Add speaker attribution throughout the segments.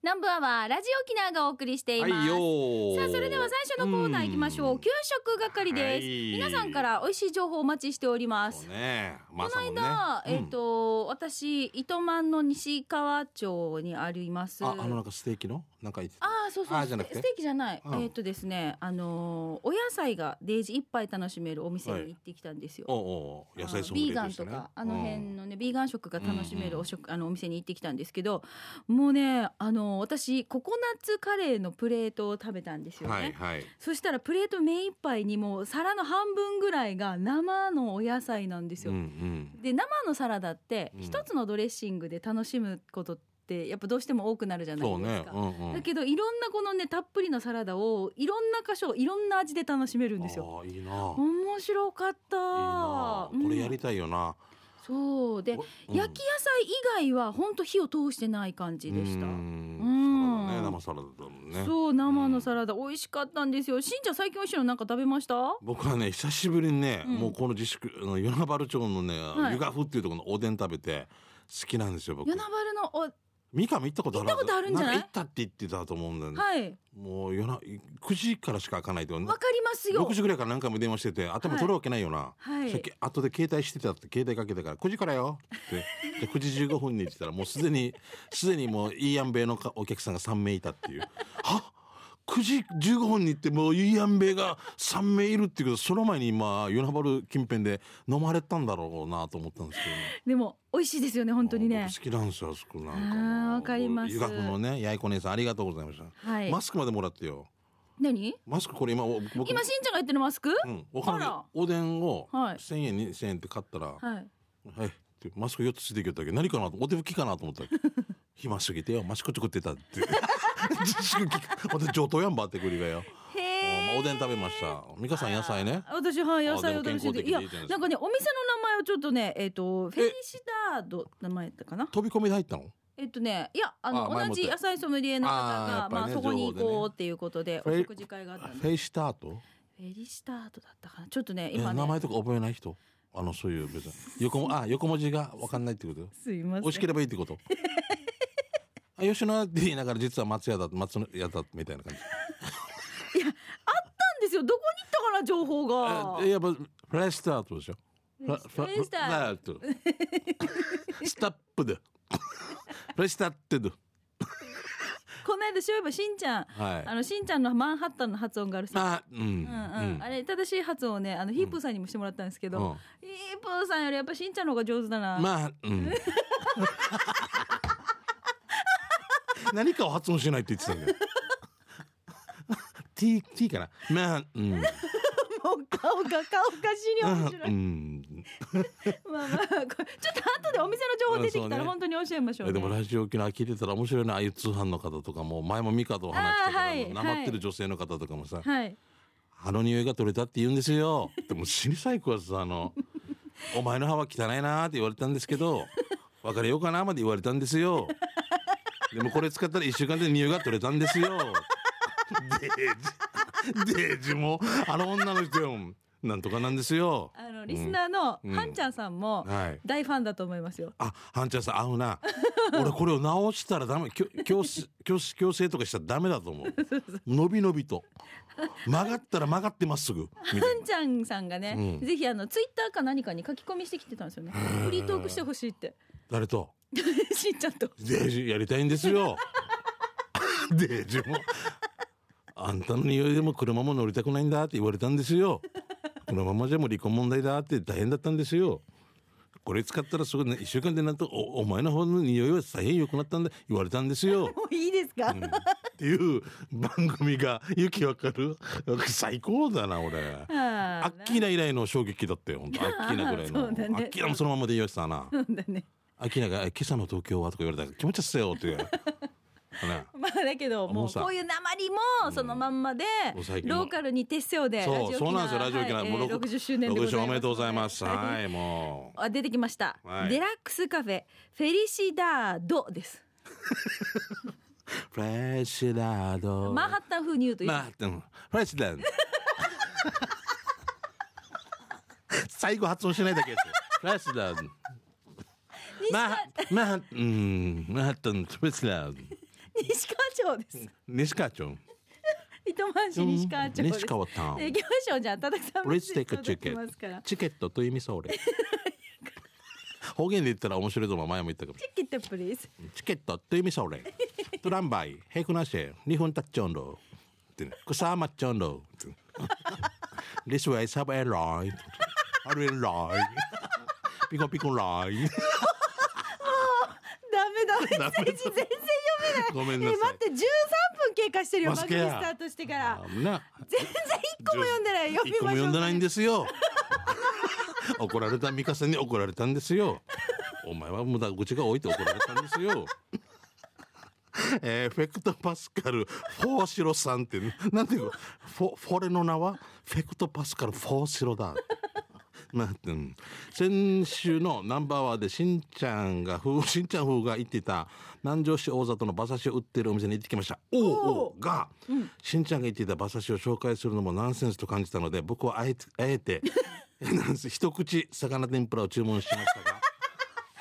Speaker 1: 南部アワーラジオ沖縄がお送りしてい
Speaker 2: は
Speaker 1: ます、
Speaker 2: いよー
Speaker 1: さあそれでは最初のコーナー行きましょう、
Speaker 2: うん
Speaker 1: 給食係です、
Speaker 2: はい
Speaker 1: 皆さんから美味しい情報お待ちしておりま
Speaker 2: そ
Speaker 1: す
Speaker 2: うねまあ
Speaker 1: この間、
Speaker 2: そのね
Speaker 1: えっ、と、私糸満の西川町にあります
Speaker 2: うんああのなんかステーキのなんか言ってた
Speaker 1: あーそうそう
Speaker 2: あーじゃなくて
Speaker 1: ステーキじゃない、
Speaker 2: うん
Speaker 1: えーっとですねあのーお野菜がデージいっぱい楽しめるお店に行ってきたんですよ、
Speaker 2: おうおう野菜ソムリ
Speaker 1: ビ
Speaker 2: エ
Speaker 1: ーガ
Speaker 2: と
Speaker 1: ン
Speaker 2: して
Speaker 1: と
Speaker 2: ね
Speaker 1: かあの辺のね、ビーガン食が楽しめるお食、あのお店に行ってきたんですけどもうねあのー私ココナッツカレーのプレートを食べたんです
Speaker 2: う
Speaker 1: よ
Speaker 2: ん
Speaker 1: ね、
Speaker 2: はいはい
Speaker 1: そしたらプレート目いっぱいにもう皿の半分ぐらいが生のお野菜なんです
Speaker 2: う
Speaker 1: よ、
Speaker 2: んうん
Speaker 1: で生のサラダって
Speaker 2: うん
Speaker 1: 一つのドレッシングで楽しむことってやっぱどうしても多くなるじゃな
Speaker 2: そ
Speaker 1: いうです
Speaker 2: ね
Speaker 1: か、
Speaker 2: うんうん
Speaker 1: だけどいろんなこのねたっぷりのサラダをいろんな箇所いろんな味で楽しめるんですよ。
Speaker 2: ああいいなあいい
Speaker 1: 面白かった
Speaker 2: なあ
Speaker 1: うん
Speaker 2: これやりたいよな
Speaker 1: そうで、
Speaker 2: おうん
Speaker 1: 焼き野菜以外は本当火を通してない感じでした
Speaker 2: う。
Speaker 1: うん
Speaker 2: んサラダね生サラダだもんね
Speaker 1: そう生のサラダ美味しかったんですよ。しんちゃん最近美味しいのなんか食べました？
Speaker 2: 僕はね久しぶりにね、
Speaker 1: うん
Speaker 2: もうこの自粛あの与那原町のね、
Speaker 1: い
Speaker 2: 湯河風っていうところのおでん食べて好きなんですよ僕
Speaker 1: 与那原のお
Speaker 2: 三上行ったことある
Speaker 1: 行ったことあるんじゃない
Speaker 2: か行ったって言ってたと思うんだよね、
Speaker 1: はい
Speaker 2: もう夜な9時からしか開かないと
Speaker 1: わかりますよ
Speaker 2: 6。時ぐらいから何回も電話してて頭取るわけないよな、
Speaker 1: はい
Speaker 2: さっき後で携帯してたって携帯かけたから9時からよってで9時15分にって言ったらもうすでに すでにもういいやんべいのかお客さんが3名いたっていうは9時15分に行ってもういいやんべいが3名いるっていうことその前にまあ与那原近辺で飲まれたんだろうなと思ったんですけどね、
Speaker 1: でも美味しいですよね本当にね
Speaker 2: 僕。好きなんですよあそこなんか
Speaker 1: あー
Speaker 2: もう
Speaker 1: わかります
Speaker 2: 湯河原のね八重子姉さんありがとうございました、
Speaker 1: はい。
Speaker 2: マスクまでもらってよ
Speaker 1: 何？
Speaker 2: マスクこれ今僕僕
Speaker 1: 今しんちゃんが言ってるマスク？
Speaker 2: うん、わから
Speaker 1: あ
Speaker 2: な
Speaker 1: ら
Speaker 2: いおでんを
Speaker 1: はい
Speaker 2: 1,000円2,000円って買ったら「は
Speaker 1: はい。
Speaker 2: い」ってマスク4つついてきよったけど何かなとお手拭きかなと思ったら 「暇すぎてよマスク作ってた」って 自粛期間私上等やんばってくりがよ、
Speaker 1: へ
Speaker 2: うんまあ
Speaker 1: え。
Speaker 2: おでん食べました美香さん野菜ね
Speaker 1: あ私はい野菜
Speaker 2: あ
Speaker 1: を
Speaker 2: でも
Speaker 1: 楽しんで
Speaker 2: 健
Speaker 1: い
Speaker 2: 康的で
Speaker 1: や
Speaker 2: いいじゃないですか
Speaker 1: なんかねお店の名前をちょっとねえっ、とフェリシダード名前だったかな
Speaker 2: 飛び込みで入ったの
Speaker 1: えっとねいやあの
Speaker 2: あ前
Speaker 1: 同
Speaker 2: もって
Speaker 1: じ野菜ソムリエの方
Speaker 2: あーや
Speaker 1: が
Speaker 2: っぱり
Speaker 1: ま
Speaker 2: ね
Speaker 1: あそこに行
Speaker 2: 情
Speaker 1: こ
Speaker 2: 報で
Speaker 1: うっ
Speaker 2: ね
Speaker 1: ていうことで
Speaker 2: フェ
Speaker 1: お
Speaker 2: リ
Speaker 1: 食事会があ
Speaker 2: フ
Speaker 1: ったんで
Speaker 2: ェイスタート
Speaker 1: フェリシダードだったかなちょっとね
Speaker 2: え
Speaker 1: 今ね
Speaker 2: 名前とか覚えない人あのそういう 別に横もあ横文字が分かんないってことよ
Speaker 1: すいま
Speaker 2: 美味し
Speaker 1: せ
Speaker 2: け
Speaker 1: ん
Speaker 2: ればいいってこと あ吉野家って言いながら実は松屋だ松屋だみたいな感じ
Speaker 1: なんですよどこに行ったかな情報が
Speaker 2: あやっぱフレスタートでしょ。フ
Speaker 1: フレスター
Speaker 2: ト。 スタップで。フレスタッテド。
Speaker 1: この間そういえばしんちゃん
Speaker 2: はい。
Speaker 1: あのしんちゃんのマンハッタンの発音があるさ
Speaker 2: あ、うん。う
Speaker 1: う
Speaker 2: ん
Speaker 1: んうん、あれ正しい発音をねあのヒープーさんにもしてもらったんですけど、
Speaker 2: うん
Speaker 1: ヒープーさんよりやっぱしんちゃんの方が上手だな、
Speaker 2: まあ、うん。 何かを発音しないって言ってたんだよ。T, T かなまあ、うん。うん
Speaker 1: もう顔が顔が死に面白い
Speaker 2: うん。
Speaker 1: まあまあ、これちょっと後でお店の情報出てきた
Speaker 2: う
Speaker 1: ら
Speaker 2: ん
Speaker 1: 本当に教えましょう、ね
Speaker 2: えでもラジオ沖縄聞いてたら面白いな、ああいう通販の方とかも、前もミカとお話し
Speaker 1: あーはい
Speaker 2: したけど、なまってる女性の方とかもさ、
Speaker 1: はい。
Speaker 2: あの匂いが取れたって言うんですよ。でも死に最高はさ、あの、お前の歯は汚いなーって言われたんですけど、別れようかなまで言われたんですよ。でもこれ使ったら一週間で匂いが取れたんですよ。デージ、デージも、あの女の人よ、なんとかなんですよ。
Speaker 1: あのリスナーの
Speaker 2: うん
Speaker 1: ハンちゃんさんも
Speaker 2: はい。
Speaker 1: 大ファンだと思いますよ。
Speaker 2: あ、ハンチャーさん合うな。俺これを直したらダメ。きょ強制、強制強制とかしたらダメだと思う。伸び伸びと。曲がったら曲がってまっすぐ。みたいな
Speaker 1: ハンちゃんさんがね、
Speaker 2: うん
Speaker 1: ぜひあのツイッターか何かに書き込みしてきてたんですよね。フリートークしてほしいって。
Speaker 2: 誰と
Speaker 1: しんちゃんと。
Speaker 2: デージやりたいんですよ。 デージも。あんたの匂いでも車も乗りたくないんだって言われたんですよ。このままじゃもう離婚問題だって大変だったんですよ。これ使ったらすぐね、一週間でなんとおお前の方の匂いは大変良くなったんだ言われたんですよ。
Speaker 1: もういいですか、
Speaker 2: うんっていう番組が、ゆきわかる最高だな、俺。
Speaker 1: あ
Speaker 2: アッキーナ以来の衝撃だったよ、本当アッキーナぐらいの。
Speaker 1: そうだね
Speaker 2: アッキーナもそのままで言われてたな。
Speaker 1: なんだね。
Speaker 2: アキナがえ「今朝の東京は?」とか言われたら気持ち悪っすよっていうね
Speaker 1: まあだけども
Speaker 2: も
Speaker 1: う
Speaker 2: うさ
Speaker 1: こういう鉛もそのまんまで
Speaker 2: もう最近
Speaker 1: ロ
Speaker 2: も
Speaker 1: ーカルに徹せよでラジオ
Speaker 2: そうそうなんですよラジオ沖縄、
Speaker 1: はい
Speaker 2: も
Speaker 1: え
Speaker 2: う
Speaker 1: ー60周年でございます
Speaker 2: 60おめでとうございますはい、も
Speaker 1: あ出てきました、
Speaker 2: はい
Speaker 1: デラックスカフェフェリシダードです
Speaker 2: う フレッシュラード
Speaker 1: マンハッタン風に言うといい、
Speaker 2: まあうんフレッシュラード最後発音しないだけですよフレッシュラードまあまあうんまあフレッシュラード
Speaker 1: 西川町です。
Speaker 2: 西川町。
Speaker 1: 糸満市西川町です。
Speaker 2: 西川タウ
Speaker 1: えー行。
Speaker 2: ン
Speaker 1: きましょうじゃあ田中さん
Speaker 2: Let's take a
Speaker 1: メッセージ届きますから。
Speaker 2: チケットという意味そうれ。方言で言ったら面白いと思う前も言ったけど。
Speaker 1: チキットプリーズ。
Speaker 2: チケットという意味そうれ。 トランバイ、ヘクナシェ、日本タッチョンロー。ってね草まっちょんろー。This way, sub a r i あるえらい。 ピコピコらい。
Speaker 1: ダメだメッセージ全然読めない。
Speaker 2: ごめ
Speaker 1: え
Speaker 2: んな
Speaker 1: ー
Speaker 2: さ
Speaker 1: 待って13
Speaker 2: い。
Speaker 1: 分経過してるよ
Speaker 2: マ
Speaker 1: 番
Speaker 2: ス
Speaker 1: 組
Speaker 2: ケ
Speaker 1: ス
Speaker 2: や
Speaker 1: タートしてから
Speaker 2: あな
Speaker 1: 全然一個も読んでない読み
Speaker 2: 一個も
Speaker 1: ましょう
Speaker 2: 読んでないんですすよ 怒られた美香さんに怒られたんですよお前は無駄口が多いと怒られたんですよ えー、フェクトパスカルフォーシロさんってなんていうのフォフォレの名はフェクトパスカルフォーシロだなんてうん先週のナンバーワンでしんちゃんがふうしんちゃん風が言ってた南城市大里の馬刺しを売ってるお店に行ってきましたおうおうが、しんちゃんが言っていた馬刺しを紹介するのもナンセンスと感じたので僕はあえてあえて なんせ一口魚天ぷらを注文しまし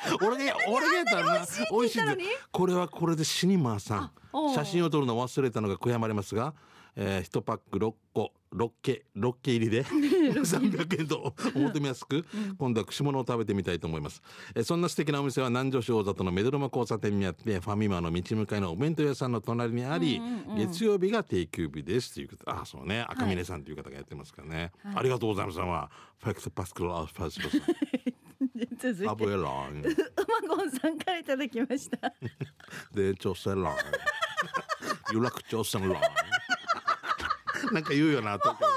Speaker 2: たが 俺が俺が言ったらな美味しい
Speaker 1: 言ったの
Speaker 2: ん
Speaker 1: に
Speaker 2: ですこれはこれでシニマーさん
Speaker 1: おう
Speaker 2: 写真を撮るのを忘れたのが悔やまれますが、え1パック6個6ケ6ケ入りで300円とお求めやすく、今度は串物を食べてみたいと思います、えーそんな素敵なお店は南城市大里の目黒間交差点にあってファミマの道向かいのお弁当屋さんの隣にあり、月曜日が定休日ですということあそうね赤嶺さんという方がやってますからね、ありがとうございますはファクトパスクルアファスコ さん
Speaker 1: 続い
Speaker 2: ア
Speaker 1: て
Speaker 2: ブエラン
Speaker 1: 馬ゴンさんからいただきました
Speaker 2: で朝鮮 ラーン有楽朝鮮 ラーンなんか言うよな東京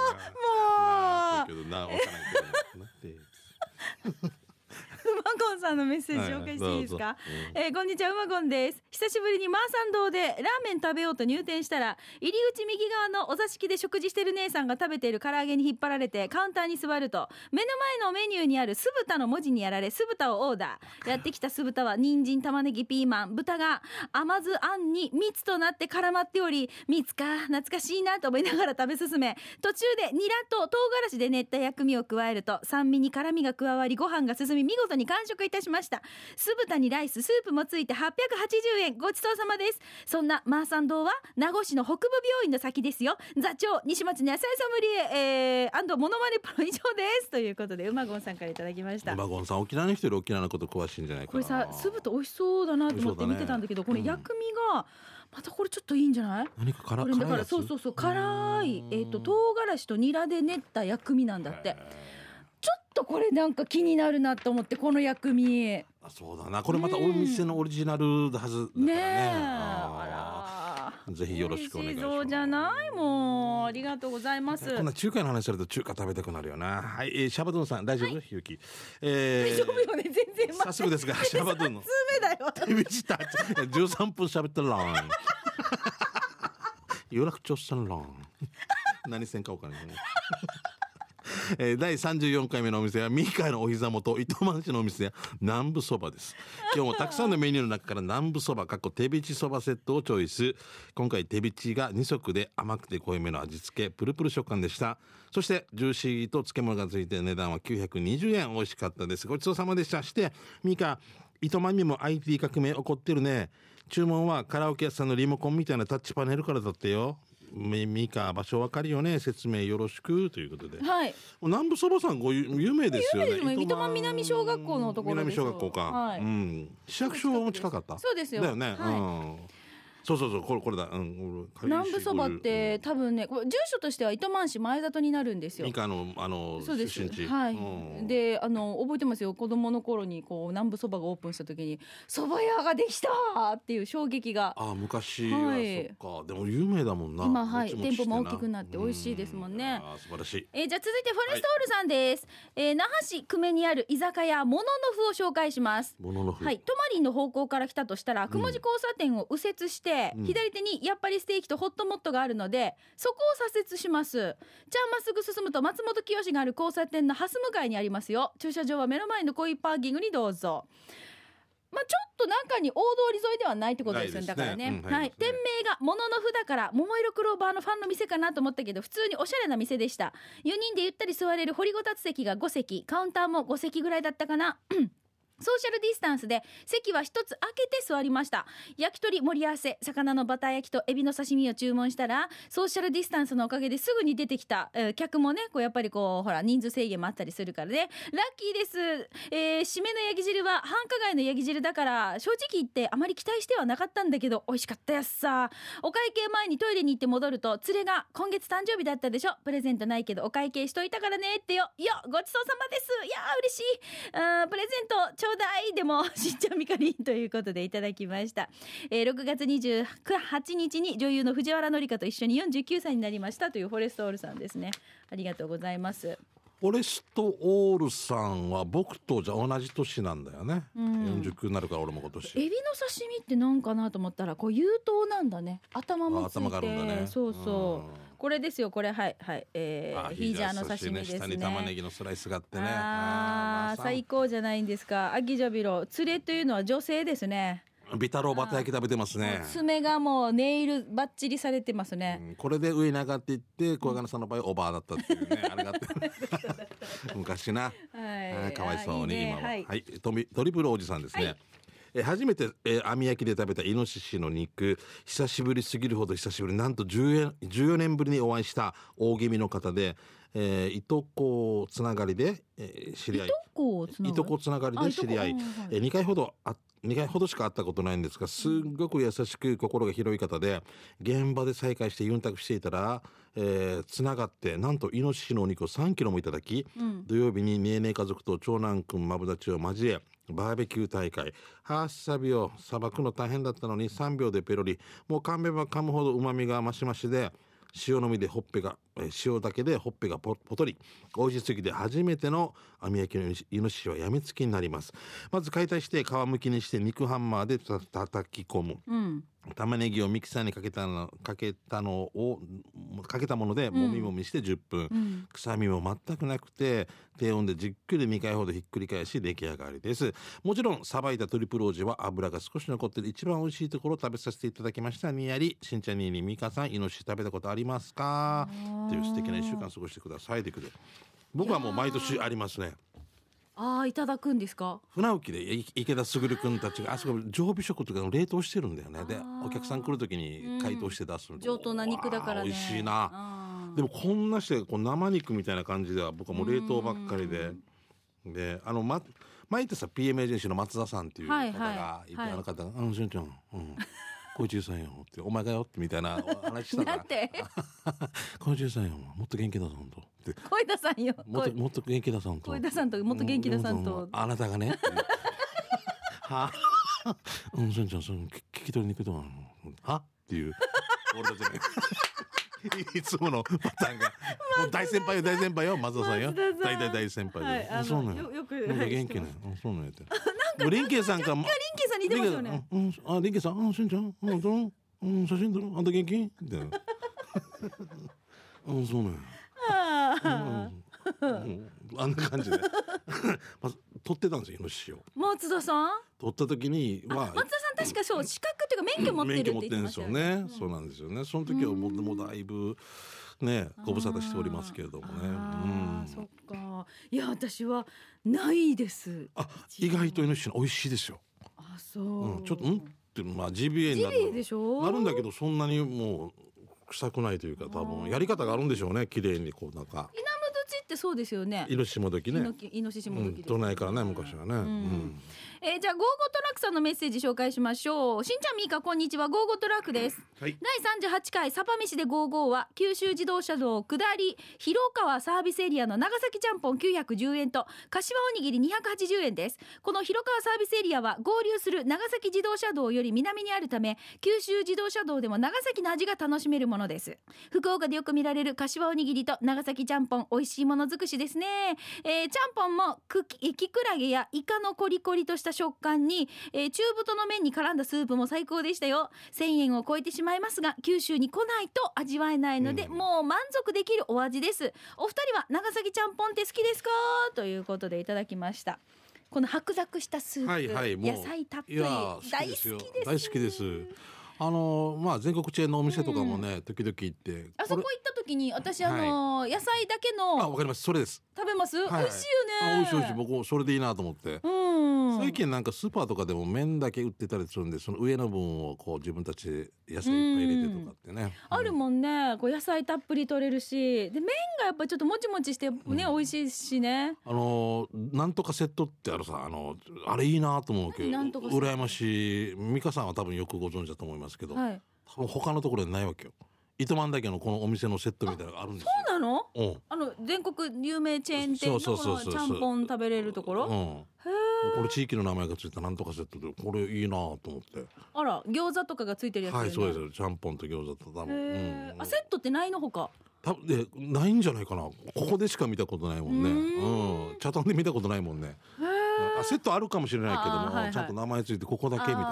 Speaker 2: な東京なわからんけどなって
Speaker 1: 馬ゴンさんのメッセージ紹介していいですか、
Speaker 2: はいはい
Speaker 1: えーこんにちは馬ゴンです久しぶりにマーサン堂でラーメン食べようと入店したら入り口右側のお座敷で食事してる姉さんが食べている唐揚げに引っ張られてカウンターに座ると目の前のメニューにある酢豚の文字にやられ酢豚をオーダーやってきた酢豚は人参玉ねぎピーマン豚が甘酢あんに蜜となって絡まっており蜜か懐かしいなと思いながら食べ進め途中でニラと唐辛子で練った薬味を加えると酸味に辛みが加わりご飯が進み見事に完食いたしました酢豚にライススープもついて880円ごちそうさまですそんなマーサン堂は名護市の北部病院の先ですよ座長西松の野菜ソムリエ、えー、モノマネプロ以上ですということで馬ゴンさんからいただきました
Speaker 2: バゴンさん沖縄の人より沖縄のこと詳しいんじゃないか
Speaker 1: こ
Speaker 2: な
Speaker 1: れさ酢豚美味しそうだなと思って見てたんだけどこの薬味がまたこれちょっといいんじゃない
Speaker 2: 何か辛
Speaker 1: これだ
Speaker 2: 辛
Speaker 1: か
Speaker 2: いや
Speaker 1: ら
Speaker 2: つ
Speaker 1: そうそうそう辛いえっ、と
Speaker 2: う
Speaker 1: 唐辛子とニラで練った薬味なんだ
Speaker 2: ーん
Speaker 1: って
Speaker 2: へ
Speaker 1: ちょっとこれなんか気になるなと思ってこの薬味
Speaker 2: ーあそうだなこれまたお店のオリジナルだはずだから
Speaker 1: ね
Speaker 2: ね
Speaker 1: えあ
Speaker 2: あ
Speaker 1: ら
Speaker 2: ーぜひよろしくお願いし
Speaker 1: 美味
Speaker 2: ま
Speaker 1: そう
Speaker 2: す
Speaker 1: じゃないもうありがとうございます
Speaker 2: こんな中華の話すると中華食べたくなるよなはい、えー、シャバドゥンさん大丈夫、ひゆき、えー
Speaker 1: 大丈夫よね全然
Speaker 2: 早速ですがシャバドゥンの
Speaker 1: 目だよ
Speaker 2: ビビった13分喋ったらん有楽町さんらん何せんかわからないねえー第34回目のお店は三河のお膝元糸満市のお店や南部そばです今日もたくさんのメニューの中から南部そばかっこ手びちそばセットをチョイス今回手びちが2足で甘くて濃いめの味付けプルプル食感でしたそしてジューシーと漬物がついて値段は920円美味しかったですごちそうさまでしたして三河糸満にも IT 革命起こってるね注文はカラオケ屋さんのリモコンみたいなタッチパネルからだってよみ三河場所わかるよね説明よろしくということで
Speaker 1: はい
Speaker 2: 南部そばさんご有有名ですよね。
Speaker 1: 有名ですよね糸満南小学校のところで
Speaker 2: 南
Speaker 1: すよ
Speaker 2: 小学校か。
Speaker 1: はい
Speaker 2: うん。市役所も近かった。
Speaker 1: そうですよ
Speaker 2: だよね。
Speaker 1: はい
Speaker 2: うん。そうそうそうこれこれだ。うん。これ
Speaker 1: 南部そばって。多分ねこれ住所としては糸満市前里になるんですよ
Speaker 2: ミカのあの
Speaker 1: そう
Speaker 2: 出
Speaker 1: です
Speaker 2: 身地。
Speaker 1: はい、
Speaker 2: うん、
Speaker 1: であの覚えてますよ子供の頃にこう南部そばがオープンした時にそば屋ができたっていう衝撃が
Speaker 2: あ昔は、
Speaker 1: はい
Speaker 2: そっかでも有名だもんな。
Speaker 1: 今はい
Speaker 2: もちもちしてな
Speaker 1: 店舗も大きくなって美味しいですもんね
Speaker 2: うあー素晴らしい。
Speaker 1: えーじゃあ続いてフォレストオールさんです、えー那覇市久米にある居酒屋モノノフを紹介します
Speaker 2: もののふ。
Speaker 1: はい、トマリンの方向から来たとしたら、くもじ交差点を右折して、
Speaker 2: うん
Speaker 1: 左手にやっぱりステーキとホットモットがあるので、そこを左折します。じゃあまっすぐ進むと松本清がある交差点のハス向かいにありますよ。駐車場は目の前のコインパーキングにどうぞ。まあ、ちょっと中に大通り沿いではないってことですよね。だ
Speaker 2: ないで
Speaker 1: か
Speaker 2: すね
Speaker 1: らね。
Speaker 2: うん
Speaker 1: は
Speaker 2: ないい。
Speaker 1: 店
Speaker 2: ですね
Speaker 1: 名がもののふだから、桃色クローバーのファンの店かなと思ったけど、普通におしゃれな店でした。4人でゆったり座れる掘りごたつ席が5席、カウンターも5席ぐらいだったかな。ソーシャルディスタンスで席は一つ空けて座りました焼き鳥盛り合わせ魚のバター焼きとエビの刺身を注文したらソーシャルディスタンスのおかげですぐに出てきた、えー客もねこうやっぱりこうほら人数制限もあったりするからねラッキーです、えー締めの焼き汁は繁華街の焼き汁だから正直言ってあまり期待してはなかったんだけど美味しかったやっさお会計前にトイレに行って戻ると連れが「今月誕生日だったでしょプレゼントないけどお会計しといたからね」ってよ「よごちそうさまですいやー嬉しいうーんプレゼントちょうだい」でも しんちゃんみかりんということでいただきました、えー6月28日に女優の藤原紀香と一緒に49歳になりましたというフォレストオールさんですねありがとうございます
Speaker 2: フォレストオールさんは僕とじゃ同じ年なんだよね、
Speaker 1: ん
Speaker 2: 49になるから俺も今年
Speaker 1: エビの刺身ってなんかなと思ったらこう優等なんだね頭もついて
Speaker 2: あ頭があるんだね
Speaker 1: そうそう、
Speaker 2: うん
Speaker 1: これですよこれはいはいえー、ヒージャーの刺身ですね
Speaker 2: 下に玉ねぎのスライスがあってね
Speaker 1: あー
Speaker 2: ーまあ
Speaker 1: 最高じゃないんですかアギジャビロ連れというのは女性ですね
Speaker 2: ビタローバタ焼き食べてますね
Speaker 1: 爪がもうネイルバッチリされてますね、
Speaker 2: うんこれで上に上がっていって小金さんの場合オーバーだったっていうねあれがあって 昔な、
Speaker 1: はい
Speaker 2: あーかわいそ
Speaker 1: あーい
Speaker 2: うに、
Speaker 1: いね
Speaker 2: 今は
Speaker 1: は
Speaker 2: はいい、ドミドリブルおじさんですね、
Speaker 1: はい
Speaker 2: えー初めて、えー網焼きで食べたイノシシの肉久しぶりすぎるほど久しぶりなんと14 14年ぶりにお会いした大気味の方で、えーいとこつながりで、えー知り合い
Speaker 1: こうつなが
Speaker 2: いとこつながり
Speaker 1: あ
Speaker 2: で
Speaker 1: いとこ
Speaker 2: 知り合い
Speaker 1: うんうん
Speaker 2: えー2回ほどあ2回ほどしか会ったことないんですがすんごく優しく心が広い方で現場で再会してユンタクしていたら、えーつながってなんとイノシシのお肉を3キロもいただき
Speaker 1: うん
Speaker 2: 土曜日にネーネー家族と長男くんマブダチを交えバーベキュー大会ハッサビをさばくの大変だったのに3秒でペロリもう噛めば噛むほどうまみが増し増しで塩のみでほっぺがえー塩だけでほっぺがポポトリ美味しすぎて初めての網焼きのイノシイノシシはやみつきになりますまず解体して皮むきにして肉ハンマーでた叩き込む
Speaker 1: うん
Speaker 2: 玉ねぎをミキサーにかけたのかけたのをかけたものでもみもみして10分、
Speaker 1: うん
Speaker 2: 臭みも全くなくて低温でじっくり2回ほどひっくり返し出来上がりですもちろんさばいたトリプルオージは油が少し残ってる一番美味しいところを食べさせていただきましたにやりしんちゃんににみかさんイノシシ食べたことありますかっていう素敵な1週間過ごしてくださいということで僕はもう毎年ありますね
Speaker 1: ああいただくんですか
Speaker 2: 船浮きでい池田卓君たちがあそこ常備食とかの冷凍してるんだよねで
Speaker 1: あー
Speaker 2: お客さん来る時に解凍して出すの
Speaker 1: 上等な肉だからね
Speaker 2: うわー美味しいな
Speaker 1: あー
Speaker 2: でもこんなしてこう生肉みたいな感じでは僕はもう冷凍ばっかりでであの、ま、前ってさ PM エージェンシーの松田さんっていう方がいて、
Speaker 1: はいはいはい
Speaker 2: あの方が「あのしゅんちゃん、うん、小中さんよ」って「お前がよ」ってみたいなお 話したか
Speaker 1: な
Speaker 2: ら
Speaker 1: んて
Speaker 2: 「小中さんよもっと元気だぞほんと」って
Speaker 1: 小枝さんよ
Speaker 2: もっと
Speaker 1: 小
Speaker 2: もっと元気ださんと
Speaker 1: 小枝さんともっと元気ださん
Speaker 2: う
Speaker 1: と
Speaker 2: あなた がねはうんしゅんちゃんその聞聞き取りにくいと思うはっていう俺たちねいつものパターンがもう大先輩よ大先輩よ松田さんよ
Speaker 1: 松田さ
Speaker 2: 大
Speaker 1: ん
Speaker 2: 大大先輩
Speaker 1: は
Speaker 2: で
Speaker 1: い、
Speaker 2: うん
Speaker 1: あ
Speaker 2: そ
Speaker 1: の
Speaker 2: うなの
Speaker 1: よ
Speaker 2: よ
Speaker 1: よく
Speaker 2: なんか
Speaker 1: はい知って
Speaker 2: 元気
Speaker 1: ま
Speaker 2: な
Speaker 1: す
Speaker 2: のそうなんやってもうリンケイさんかも
Speaker 1: リンケさん似てますよね
Speaker 2: うんうんあリンケイさんうんしゅんちゃんうんどううん写真撮るあんた元気み たいなうんそうなんや
Speaker 1: あー
Speaker 2: うんうん あんな感じでまず取ってたんですよイノシシを
Speaker 1: 松田さん
Speaker 2: 取った時に
Speaker 1: あ
Speaker 2: は
Speaker 1: 松田さん確かそう資格っていうか免許持ってるっ
Speaker 2: 免
Speaker 1: て
Speaker 2: 許持
Speaker 1: 言
Speaker 2: って
Speaker 1: って
Speaker 2: るん
Speaker 1: ま
Speaker 2: で
Speaker 1: し
Speaker 2: す
Speaker 1: た
Speaker 2: よ
Speaker 1: よ
Speaker 2: ね
Speaker 1: ね、
Speaker 2: そうなんですよねその時はもうもうだいぶねご無沙汰しておりますけれどもね
Speaker 1: あー
Speaker 2: うん
Speaker 1: そっかいや私はないです
Speaker 2: あ意外とイノシシの美味しいですよ、
Speaker 1: あそう、
Speaker 2: うん、ちょっとんってまあ GBA に
Speaker 1: ジ
Speaker 2: な
Speaker 1: ビエで
Speaker 2: る
Speaker 1: しょ
Speaker 2: なるんだけどそんなにもう臭くないというか多分やり方があるんでしょうね綺麗にこうなんか
Speaker 1: イナムドチってそうですよね
Speaker 2: イノシシもどき
Speaker 1: イ
Speaker 2: ね
Speaker 1: ノキイノシシも
Speaker 2: う
Speaker 1: ど
Speaker 2: ん
Speaker 1: きです
Speaker 2: どないからね昔はね、
Speaker 1: う
Speaker 2: うんん
Speaker 1: えーじゃあゴーゴトラックさんのメッセージ紹介しましょうしんちゃんみーかこんにちはゴーゴトラックです
Speaker 2: はい
Speaker 1: 第38回サパ飯で55は九州自動車道下り広川サービスエリアの長崎ちゃんぽん910円と柏おにぎり280円ですこの広川サービスエリアは合流する長崎自動車道より南にあるため九州自動車道でも長崎の味が楽しめるものです福岡でよく見られる柏おにぎりと長崎ちゃんぽん美味しいもの尽くしですね、えーちゃんぽんもくきえきくらげやイカのコリコリとした食感に、えー中太の麺に絡んだスープも最高でしたよ1000円を超えてしまいますが九州に来ないと味わえないので、
Speaker 2: うん
Speaker 1: もう満足できるお味ですお二人は長崎ちゃんぽんって好きですかということでいただきましたこの白濁したスープ、
Speaker 2: はいはいもう
Speaker 1: 野菜たっぷ
Speaker 2: い
Speaker 1: り
Speaker 2: やー好
Speaker 1: 大好
Speaker 2: きですよ
Speaker 1: きです
Speaker 2: 大好きですあのまあ全国チェーンのお店とかもね、時々行って
Speaker 1: あそこ行
Speaker 2: こ
Speaker 1: った時に私あの野菜だけ
Speaker 2: れあ
Speaker 1: の
Speaker 2: わかりますそれです
Speaker 1: 食べます、
Speaker 2: はい
Speaker 1: 美味しいよ
Speaker 2: あ
Speaker 1: ね
Speaker 2: 美味しい美味しい僕もそれでいいなと思って、
Speaker 1: うん
Speaker 2: 最近なんかスーパーとかでも麺だけ売ってたりするんでその上の分をこう自分たちで野菜いっぱい入れてとかってね、
Speaker 1: あるもんねこう野菜たっぷり取れるしで麺がやっぱちょっともちもちしてね、
Speaker 2: ん
Speaker 1: 美味しいしね
Speaker 2: あのーなんとかセットってあるさあのあれいいなと思うけど
Speaker 1: 何なんとかセット
Speaker 2: 羨ましい美香さんは多分よくご存知だと思いますけど、
Speaker 1: はい
Speaker 2: 多分他のところにないわけよ糸満だけのこのお店のセットみたいなのがあるんです
Speaker 1: そうなの
Speaker 2: ようん
Speaker 1: あの全国有名チェーン店の
Speaker 2: そう
Speaker 1: こ
Speaker 2: そう
Speaker 1: の
Speaker 2: そうそう
Speaker 1: ちゃんぽん食べれるところ、
Speaker 2: う
Speaker 1: へ
Speaker 2: ん
Speaker 1: え
Speaker 2: これ地域の名前がついたなんとかセットでこれいいなと思って
Speaker 1: あら餃子とかがついてるやつだ
Speaker 2: は
Speaker 1: よ
Speaker 2: い
Speaker 1: ね
Speaker 2: そうですちゃんぽんと餃子と多分、
Speaker 1: へ
Speaker 2: う
Speaker 1: ー
Speaker 2: ん
Speaker 1: あセットってないのほか
Speaker 2: 多分でないんじゃないかなここでしか見たことないもんね
Speaker 1: う
Speaker 2: うんチャタンで見たことないもんね
Speaker 1: へー
Speaker 2: あセットあるかもしれないけども、
Speaker 1: あーはいはい
Speaker 2: ちゃんと名前ついてここだけみたいな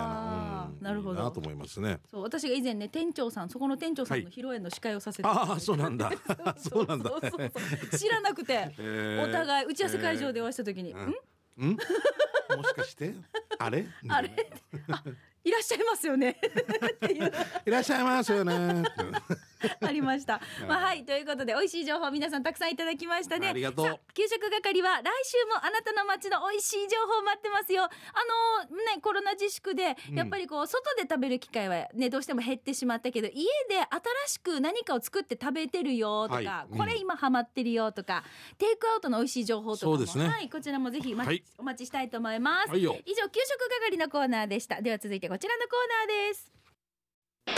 Speaker 1: あ、ー
Speaker 2: うん
Speaker 1: なるほど
Speaker 2: いいなと思いますね
Speaker 1: そう私が以前ね店長さんそこの店長さん
Speaker 2: は
Speaker 1: の
Speaker 2: い
Speaker 1: 披露宴の司会をさせていただいて
Speaker 2: ああそうな んだそうなんだ
Speaker 1: そうそうそう知らなくて、お互い打ち合わせ会場でお会いした時に、
Speaker 2: え
Speaker 1: ん
Speaker 2: ーんんもしかしてあれ
Speaker 1: あ れいらっしゃいますよね っていう
Speaker 2: いらっしゃいますよ ね
Speaker 1: ありま した。まあはいということで美味しい情報皆さんたくさんいただきましたね。
Speaker 2: ありがとう
Speaker 1: さあ給食係は来週もあなたの街の美味しい情報待ってますよ。あのーねコロナ自粛で
Speaker 2: うん
Speaker 1: やっぱりこう外で食べる機会はねどうしても減ってしまったけど家で新しく何かを作って食べてるよとか、
Speaker 2: はいうん
Speaker 1: これ今ハマってるよとかテイクアウトの美味しい情報とかも
Speaker 2: そうですね
Speaker 1: はいこちらもぜひ、ま
Speaker 2: はい
Speaker 1: お待ちしたいと思います。
Speaker 2: はいよ
Speaker 1: 以上給食係のコーナーでしたでは続いてこちらのコーナーです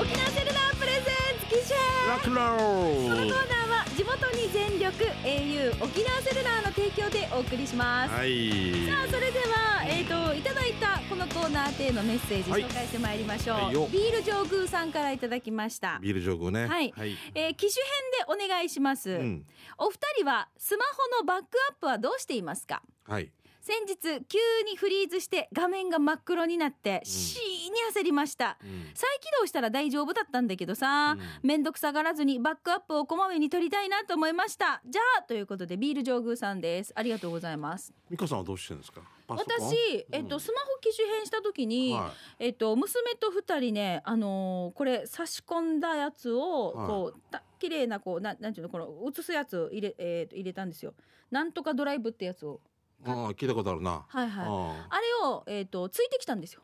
Speaker 1: 沖縄セルラープレゼンツ記者
Speaker 2: ラクロ
Speaker 1: このコー
Speaker 2: ー
Speaker 1: ナーは地元に全力 au 沖縄セルラーの提供でお送りします
Speaker 2: はい
Speaker 1: さあそれでは、えー、といただいたこのコーナーでのメッセージ
Speaker 2: はい
Speaker 1: 紹介してまいりましょう、
Speaker 2: はいよ
Speaker 1: ビール上宮さんからいただきました、
Speaker 2: ビールジョグね
Speaker 1: はい
Speaker 2: はい、
Speaker 1: えー機種編でお願いします、
Speaker 2: うん
Speaker 1: お二人はスマホのバックアップはどうしていますか
Speaker 2: はい
Speaker 1: 先日急にフリーズして画面が真っ黒になってシーに焦りました、
Speaker 2: うん
Speaker 1: 再起動したら大丈夫だったんだけどさ、
Speaker 2: うん
Speaker 1: めんどくさがらずにバックアップをこまめに取りたいなと思いましたじゃあということでビール上宮さんですありがとうございます
Speaker 2: 美香さんはどうしてるんですかパソコン
Speaker 1: 私、えっ
Speaker 2: う
Speaker 1: と、
Speaker 2: ん
Speaker 1: スマホ機種変した時に、
Speaker 2: は
Speaker 1: えっと、娘と二人ね、あのーこれ差し込んだやつを
Speaker 2: はい
Speaker 1: こう、た綺麗なこうななんていうのこの写すやつを入れ,、えーと入れたんですよなんとかドライブってやつを
Speaker 2: い、ああ聞いたことあるな、
Speaker 1: はいはいあ
Speaker 2: ああ
Speaker 1: れを、えー、とついてきたんですよ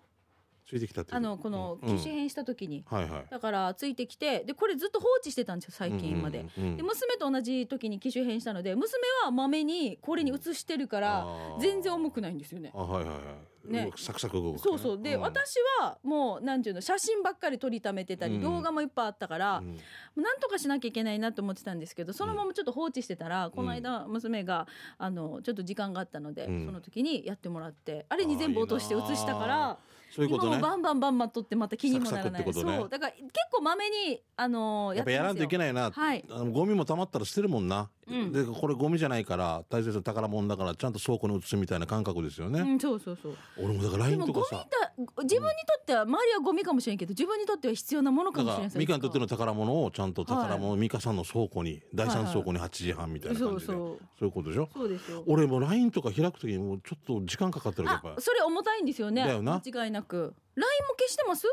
Speaker 2: ついてきたっていう
Speaker 1: あのこの
Speaker 2: うん
Speaker 1: 機種変した時に、
Speaker 2: はいはい
Speaker 1: だからついてきてでこれずっと放置してたんですよ最近まで。
Speaker 2: うんうんうん
Speaker 1: で娘と同じ時に機種変したので娘はまめにこれに移してるから
Speaker 2: あー
Speaker 1: 全然重くないんですよね。
Speaker 2: あはいはいはい、
Speaker 1: ね
Speaker 2: 動くサクサク動く、ね、
Speaker 1: そうそうで、
Speaker 2: ん、
Speaker 1: 私はもうなんていうの写真ばっかり撮りためてたり、
Speaker 2: うん
Speaker 1: 動画もいっぱいあったから、
Speaker 2: うん
Speaker 1: なんとかしなきゃいけないなと思ってたんですけどそのままちょっと放置してたら、この間娘があのちょっと時間があったので、
Speaker 2: うん
Speaker 1: その時にやってもらってあれに全部落として
Speaker 2: あーいいな
Speaker 1: 写したから
Speaker 2: そういうこと
Speaker 1: 今
Speaker 2: ね
Speaker 1: もバンバンバンバン撮ってまた気にもならない
Speaker 2: サクサクってことね
Speaker 1: そうだから結構まめにあの
Speaker 2: やっぱやらんといけ
Speaker 1: ない
Speaker 2: ないな、
Speaker 1: はい
Speaker 2: あのゴミも溜まったら捨てるもんな、
Speaker 1: うん
Speaker 2: でこれゴミじゃないから大切な宝物だからちゃんと倉庫に移すみたいな感覚ですよ
Speaker 1: う
Speaker 2: ね、
Speaker 1: ん、そうそうそう
Speaker 2: 俺もだから
Speaker 1: で
Speaker 2: LINE
Speaker 1: も
Speaker 2: と
Speaker 1: ゴミ
Speaker 2: か
Speaker 1: だ
Speaker 2: さ
Speaker 1: 自分にとっては周りはゴミかもしれんけど自分にとっては必要なものか
Speaker 2: だ
Speaker 1: もし
Speaker 2: か
Speaker 1: れない
Speaker 2: らミカにとっての宝物をちゃんと宝物、
Speaker 1: は
Speaker 2: ミカさんの倉庫に第
Speaker 1: はい
Speaker 2: 三
Speaker 1: はい
Speaker 2: 倉庫に8時半みたいな
Speaker 1: そ
Speaker 2: 感
Speaker 1: う
Speaker 2: じ
Speaker 1: そ
Speaker 2: で、
Speaker 1: う
Speaker 2: そういうことでしょ
Speaker 1: そうですよ
Speaker 2: 俺も LINE とか開くときにもうちょっと時間かかってるからやっ
Speaker 1: あそれ重たいんですよね
Speaker 2: だよな
Speaker 1: 間違いなく LINE も消してます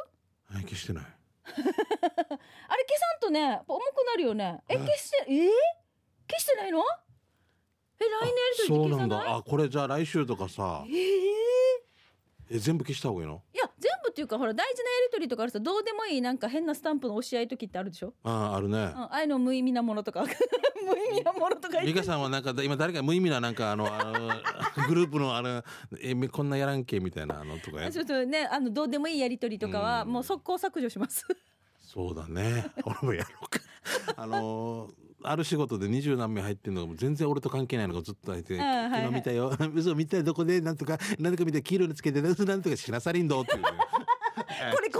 Speaker 2: ぱり消してない
Speaker 1: あれ消さんとねやっぱ重くなるよねえ
Speaker 2: え
Speaker 1: 消してえー、消してないのえ LINE の
Speaker 2: そう
Speaker 1: やりとりって消
Speaker 2: な
Speaker 1: さ
Speaker 2: ん
Speaker 1: ない
Speaker 2: だあこれじゃあ来週とかさ
Speaker 1: えー
Speaker 2: え全部消した方がいいの
Speaker 1: いや全部っていうかほら大事なやりとりとかあるさどうでもいいなんか変なスタンプの押し合い時ってあるでしょ、
Speaker 2: あああるね
Speaker 1: うん、ああいうの無意味なものとか 無意味なものとか言
Speaker 2: 美
Speaker 1: って
Speaker 2: 香さんはなんか今誰か無意味ななんかあのあのグループのあのえめこんなやらんけみたいなあのとかや
Speaker 1: あちょ っとねあのどうでもいいやりとりとかは
Speaker 2: うん
Speaker 1: もう速攻削除します、
Speaker 2: そうだね 俺もやろ うかあのある仕事で二十何名入ってるのがもう全然俺と関係ないのがずっと入って
Speaker 1: ん
Speaker 2: 「
Speaker 1: はいはい
Speaker 2: 昨日見たよ 嘘見たよどこ でなんとかなんとか見たよ黄色につけてなんとかしなさりんど」っていうね、
Speaker 1: これ個人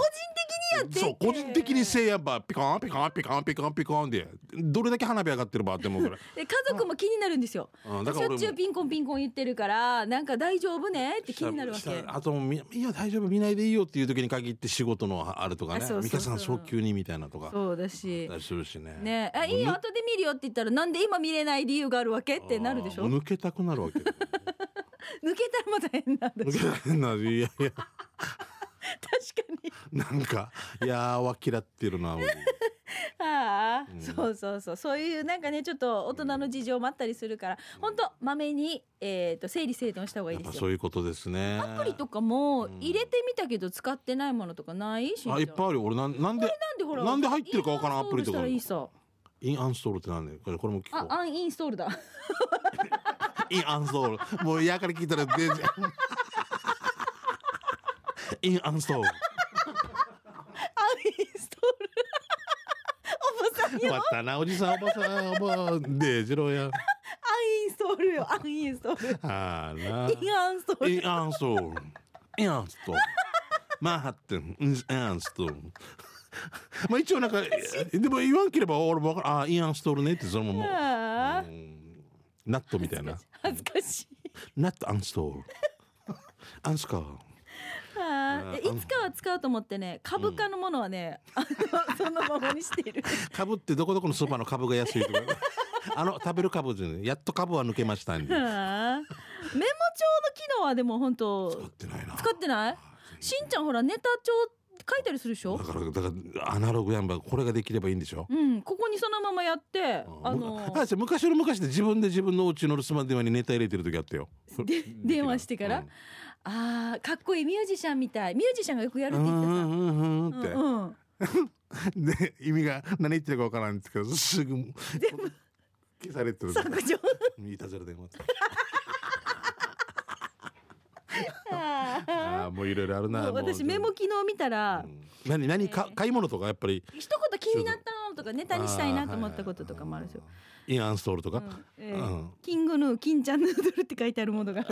Speaker 1: やって
Speaker 2: そう個人的にせいやっぱピカンピカンピカンピカンピカンでどれだけ花火上がってるばって思 うから
Speaker 1: で家族も気になるんですよ、
Speaker 2: うんだか
Speaker 1: しょ
Speaker 2: ら俺
Speaker 1: っ
Speaker 2: も
Speaker 1: ちゅうピンコンピンコン言ってるからなんか大丈夫ねって気になるわけ
Speaker 2: したしたあともうみいや大丈夫見ないでいいよっていう時に限って仕事のあるとか
Speaker 1: あ
Speaker 2: ね
Speaker 1: そうそうそう
Speaker 2: 美香さん早急にみたいなとか
Speaker 1: そうだし
Speaker 2: だったりするしね
Speaker 1: ねえあいいよ
Speaker 2: もう
Speaker 1: 後で見るよって言ったらなんで今見れない理由があるわけってなるでしょ
Speaker 2: あー
Speaker 1: 抜
Speaker 2: もう抜けたくなるわ け
Speaker 1: けたらまた変なんだ
Speaker 2: 抜
Speaker 1: し
Speaker 2: けたくなるいやいや
Speaker 1: 確かに
Speaker 2: なんかいやーわ嫌ってるな俺
Speaker 1: ああ、
Speaker 2: うん
Speaker 1: そうそうそうそういうなんかねちょっと大人の事情もあったりするから、ほんとまめに、えー、と整理整頓した方がいい
Speaker 2: やっ
Speaker 1: で
Speaker 2: ぱ
Speaker 1: す
Speaker 2: そ
Speaker 1: よ。
Speaker 2: ういうことですね
Speaker 1: アプリとかも
Speaker 2: うん
Speaker 1: 入れてみたけど使ってないものとかないしんちゃん
Speaker 2: あいっぱいあるよ俺なんなんで
Speaker 1: なんでほら
Speaker 2: なんで入ってるかわからんアプリとか
Speaker 1: インストールしたらいいさ
Speaker 2: インアンストールってなんだよこれこれも聞こ
Speaker 1: あアンインストー ルだ
Speaker 2: うインアンストールもう嫌から聞いたら出 ちゃうインアンストール
Speaker 1: アンインストール おばさん
Speaker 2: 終
Speaker 1: よ
Speaker 2: わったなおじさんおばさんおばでじろや
Speaker 1: アンインストールよアンインストー ル
Speaker 2: あーな
Speaker 1: インアンストール
Speaker 2: インアンストールインアンストールマンハッタンインアンストールまあ一応なんかでも言わんければ俺も分からんあーインアンストールねってそのまま
Speaker 1: あー
Speaker 2: うんナットみたいな
Speaker 1: 恥ずかしい
Speaker 2: ナットアンス トールアンスカー
Speaker 1: あーえ
Speaker 2: あー
Speaker 1: いつかは使うと思ってね株価のものは ね、あのそのままにしている
Speaker 2: 株ってどこどこのスーパーの株が安い とかあの食べる株じゃないやっと株は抜けましたんで
Speaker 1: は
Speaker 2: 使
Speaker 1: あメモ帳の機能はでも本
Speaker 2: っ
Speaker 1: 当
Speaker 2: てないな
Speaker 1: 使ってないしんちゃんほらネタ帳書いたりするでしょ
Speaker 2: だからだからアナログやんばこれができればいいんでしょ
Speaker 1: うんここにそのままやって
Speaker 2: あ
Speaker 1: あ
Speaker 2: む
Speaker 1: の
Speaker 2: あそう昔の昔で自分で自分のお家の留守番電話にネタ入れてる時あったよ。
Speaker 1: で電話してから
Speaker 2: うん
Speaker 1: あーかっこいいミュージシャンみたいミュージシャンがよくやる
Speaker 2: う
Speaker 1: って言ってた
Speaker 2: んうんうんうんって、
Speaker 1: うんうん
Speaker 2: で意味が何言ってるかわからんですけどすぐ消されてる
Speaker 1: 削除
Speaker 2: いたずら電話って
Speaker 1: あー
Speaker 2: ああもういろいろあるな
Speaker 1: もう
Speaker 2: もう
Speaker 1: 私メモ機能見たら
Speaker 2: うん何何か買い物とかやっぱり
Speaker 1: 一言気になったのとかネタにしたいなと思ったこととかもあるんですよ
Speaker 2: あーインアンストールとか、
Speaker 1: うんえ
Speaker 2: う
Speaker 1: ー
Speaker 2: ん
Speaker 1: キングヌー金ちゃんヌードルって書いてあるものが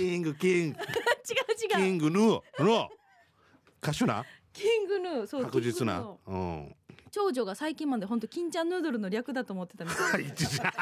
Speaker 1: 違う
Speaker 2: キングキ ングキ
Speaker 1: 違う
Speaker 2: ングヌーヌー歌手な
Speaker 1: キングヌーそう
Speaker 2: 確
Speaker 1: キ
Speaker 2: 実
Speaker 1: ングヌー
Speaker 2: な
Speaker 1: の
Speaker 2: うん
Speaker 1: 長女が最近まで本当金ちゃんヌードルの略だと思ってたみたい
Speaker 2: 一時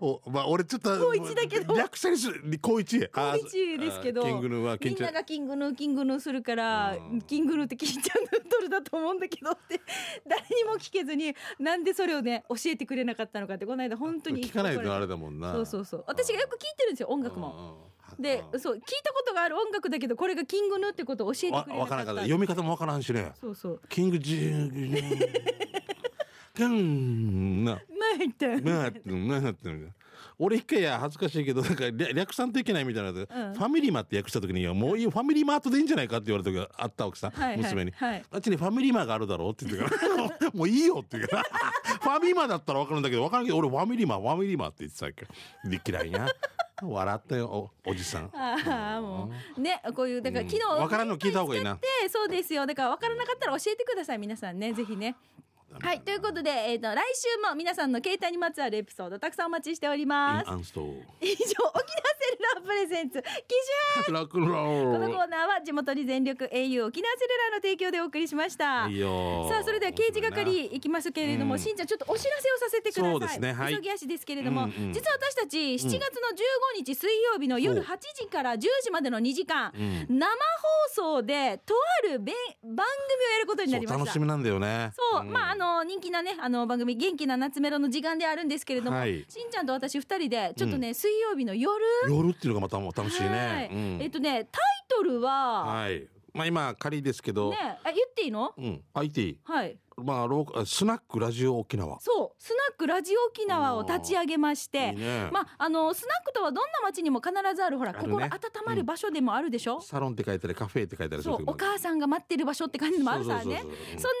Speaker 2: おまあ、俺ちょっと
Speaker 1: 高一だけど
Speaker 2: 略者にする高一
Speaker 1: 高一ですけど
Speaker 2: あーキングヌーは
Speaker 1: み
Speaker 2: キン
Speaker 1: ん
Speaker 2: ちゃ
Speaker 1: なんがキングヌーキングヌーするから
Speaker 2: うん
Speaker 1: キングヌーって金ちゃんヌードルだと思うんだけどって 誰にも聞けずになんでそれをね教えてくれなかったのかってこの間本当に
Speaker 2: 聞かないとあ
Speaker 1: だ
Speaker 2: れだもんな
Speaker 1: そうそうそう私がよく聞いてるんですよ音楽も
Speaker 2: も
Speaker 1: でそう聞いたことがある音楽だけどこれがキングヌーってことを教えて
Speaker 2: わ
Speaker 1: くれな
Speaker 2: 分か
Speaker 1: か
Speaker 2: らん
Speaker 1: っ
Speaker 2: か
Speaker 1: た
Speaker 2: った読み方も分からんしね
Speaker 1: そうそう
Speaker 2: キングジーキンな
Speaker 1: 前言ったよね
Speaker 2: なってななってみたいな俺一回や恥ずかしいけどなんか略略さんといけないみたいなので、
Speaker 1: ん
Speaker 2: ファミリーマって訳した時にいやもういいよファミリーマートでいいんじゃないかって言われた時があったわけさ、
Speaker 1: はいはい
Speaker 2: 娘に、
Speaker 1: はい
Speaker 2: あっちにファミリーマーがあるだろうって言ってからもういいよって言うからファミマだったら分かるんだけど分からんけど俺ファミリーマーファミリーマーって言ってたわけで嫌いな笑ったよおおじさん
Speaker 1: ああもうねこういうだから昨日
Speaker 2: うん分からんの聞いた方がいいな
Speaker 1: でそうですよだから分からなかったら教えてください皆さんねぜひねはいということで、えー、と来週も皆さんの携帯にまつわるエピソードたくさんお待ちしており
Speaker 2: イ
Speaker 1: ま
Speaker 2: ン
Speaker 1: す
Speaker 2: アンストー
Speaker 1: 以上沖縄セルラープレゼンツ機種
Speaker 2: ルロックンロ
Speaker 1: この
Speaker 2: ー
Speaker 1: コーナーは地元に全力 au 沖縄セルラーの提供でお送りしました
Speaker 2: ルいいよ
Speaker 1: さあそれでは刑事係行きますけれども、
Speaker 2: うん
Speaker 1: しんちゃんちょっとお知らせをさせてください
Speaker 2: そうですねはい
Speaker 1: 急ぎ足ですけれども、
Speaker 2: うんうん
Speaker 1: 実は私たち7月の15日水曜日の夜
Speaker 2: お
Speaker 1: 8時から10時までの2時間、
Speaker 2: うん
Speaker 1: 生放送でとあるべ番組をやることにな
Speaker 2: そ
Speaker 1: り
Speaker 2: う
Speaker 1: ました
Speaker 2: 楽しみなんだよね
Speaker 1: そう、
Speaker 2: ん
Speaker 1: まああの人気なねあの番組元気な夏メロの時間であるんですけれども、
Speaker 2: はい
Speaker 1: しんちゃんと私二人でちょっとね、水曜日の夜
Speaker 2: 夜っていうのがまたもう楽しい
Speaker 1: はい
Speaker 2: ね、うん
Speaker 1: えっとねタイトルは、
Speaker 2: はい。まあ今仮ですけど、
Speaker 1: ねえ言っていいの
Speaker 2: うん、IT、
Speaker 1: はい
Speaker 2: まあロースナックラジオ沖縄。
Speaker 1: そうスナックラジオ沖縄を立ち上げまして
Speaker 2: いいね。
Speaker 1: まあ、あのスナックとはどんな街にも必ずあるほら
Speaker 2: あるね
Speaker 1: 心温まる場所でもあるでしょ、
Speaker 2: サロンって書いたりカフェって書いたりす
Speaker 1: そ
Speaker 2: る
Speaker 1: う
Speaker 2: 時も
Speaker 1: お母さんが待ってる場所って感じのもあるさねそ
Speaker 2: そうそうそうそ
Speaker 1: ん
Speaker 2: ううん
Speaker 1: なスナッ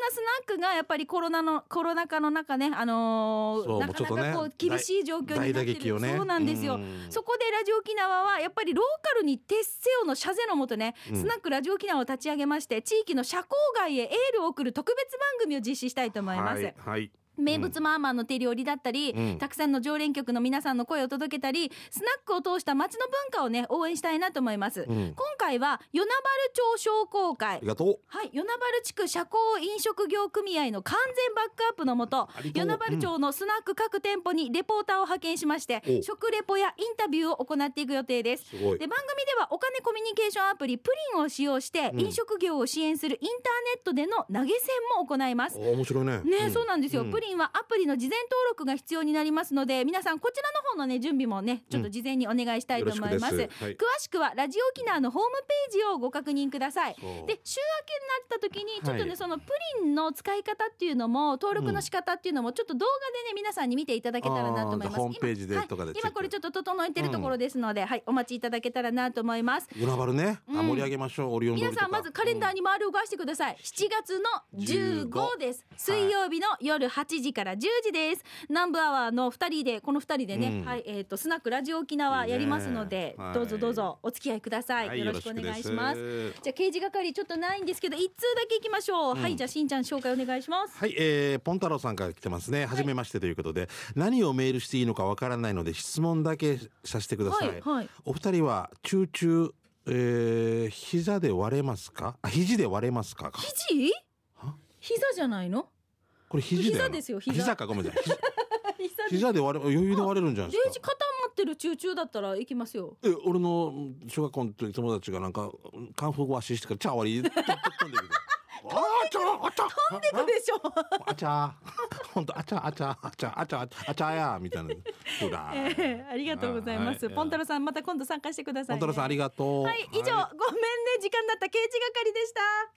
Speaker 1: クがやっぱりコロナのコロナ禍の中ね、あのー
Speaker 2: そう
Speaker 1: な
Speaker 2: もう
Speaker 1: か
Speaker 2: ちょ
Speaker 1: な
Speaker 2: っとね
Speaker 1: かこう厳しい状況に
Speaker 2: 大
Speaker 1: なっ
Speaker 2: 打
Speaker 1: て
Speaker 2: 撃を
Speaker 1: る、
Speaker 2: ね。
Speaker 1: そうなんですよ、
Speaker 2: ん
Speaker 1: そこでラジオ沖縄はやっぱりローカルに徹せよの社是のもとね、
Speaker 2: うん
Speaker 1: スナックラジオ沖縄を立ち上げまして地域の社交外へエールを送る特別番組を実施したいと思います、
Speaker 2: はい。はい。
Speaker 1: 名物マーマンの手料理だったり、
Speaker 2: うん
Speaker 1: たくさんの常連客の皆さんの声を届けたりスナックを通した町の文化をね応援したいなと思います、
Speaker 2: うん
Speaker 1: 今回は与那原町商工会
Speaker 2: ありがとう
Speaker 1: はい、与那原地区社交飲食業組合の完全バックアップのもと
Speaker 2: ありが
Speaker 1: 与
Speaker 2: とう
Speaker 1: 那原町のスナック各店舗にレポーターを派遣しまして、
Speaker 2: お
Speaker 1: 食レポやインタビューを行っていく予定です。
Speaker 2: すごい
Speaker 1: で番組ではお金コミュニケーションアプリプリンを使用して
Speaker 2: うん
Speaker 1: 飲食業を支援するインターネットでの投げ銭も行います
Speaker 2: あ。面白いね
Speaker 1: ね、そうなんですよ、
Speaker 2: うん
Speaker 1: プリンはアプリの事前登録が必要になりますので皆さんこちらの方のね準備もねちょっと事前にお願いしたいと思います,、
Speaker 2: よろしくですはい
Speaker 1: 詳しくはラジオ沖縄のホームページをご確認くださいで週
Speaker 2: そう
Speaker 1: 明けになった時にちょっとね、
Speaker 2: はい
Speaker 1: そのプリンの使い方っていうのも登録の仕方っていうのもちょっと動画でね皆さんに見ていただけたらなと思います
Speaker 2: あーホームページで
Speaker 1: 今はい
Speaker 2: とかでチェック
Speaker 1: 今これちょっと整えてるところですので、はいお待ちいただけたらなと思います
Speaker 2: 与那原ね、あ
Speaker 1: うん
Speaker 2: 盛り上げましょうオリオン通り
Speaker 1: 皆
Speaker 2: と
Speaker 1: さ
Speaker 2: か
Speaker 1: んまずカレンダーに丸を動かしてください7月の15です水曜日の夜8時から10時です南部アワーの2人でこの2人でね、
Speaker 2: うん
Speaker 1: はいえっ、とスナックラジオ沖縄やりますので
Speaker 2: いいねはい
Speaker 1: どうぞどうぞお付き合いください、
Speaker 2: はい
Speaker 1: よろしくお願いしま
Speaker 2: よ
Speaker 1: す
Speaker 2: ろしくです
Speaker 1: じゃあ刑事係ちょっとないんですけど一通だけいきましょう、はいじゃあしんちゃん紹介お願いします
Speaker 2: はい、えー、ポン太郎さんから来てますね。はじめましてということで、何をメールしていいのかわからないので質問だけさせてください。
Speaker 1: はいはい
Speaker 2: お二人はチューチュー、えー、膝で割れますか？あ、肘で割れますか？
Speaker 1: 肘
Speaker 2: は
Speaker 1: 膝じゃないの
Speaker 2: これ肘だよな。
Speaker 1: 膝ですよ膝
Speaker 2: かごめんなさい。
Speaker 1: 膝
Speaker 2: ひ膝 で割れ余裕で割れるんじゃない
Speaker 1: 十
Speaker 2: で
Speaker 1: 字
Speaker 2: すか？
Speaker 1: 肩持ってる中中だったらいきますよ
Speaker 2: え、俺の小学校の時友達がなんかカンフーワシしてからチャー割りって言ったんだけど。あーちゃーあちゃ飛んで
Speaker 1: どうでしょう
Speaker 2: あちゃ ー本当あちゃーあちゃーあちゃーあちゃーあちゃーやーみたいな。ほらー
Speaker 1: ええありがとうございます。
Speaker 2: はい
Speaker 1: ポンタロさん、また今度参加してください、
Speaker 2: 本
Speaker 1: ね。
Speaker 2: 太郎さんありがとう。
Speaker 1: はい、以上、ごめんね、時間だった刑事係でした。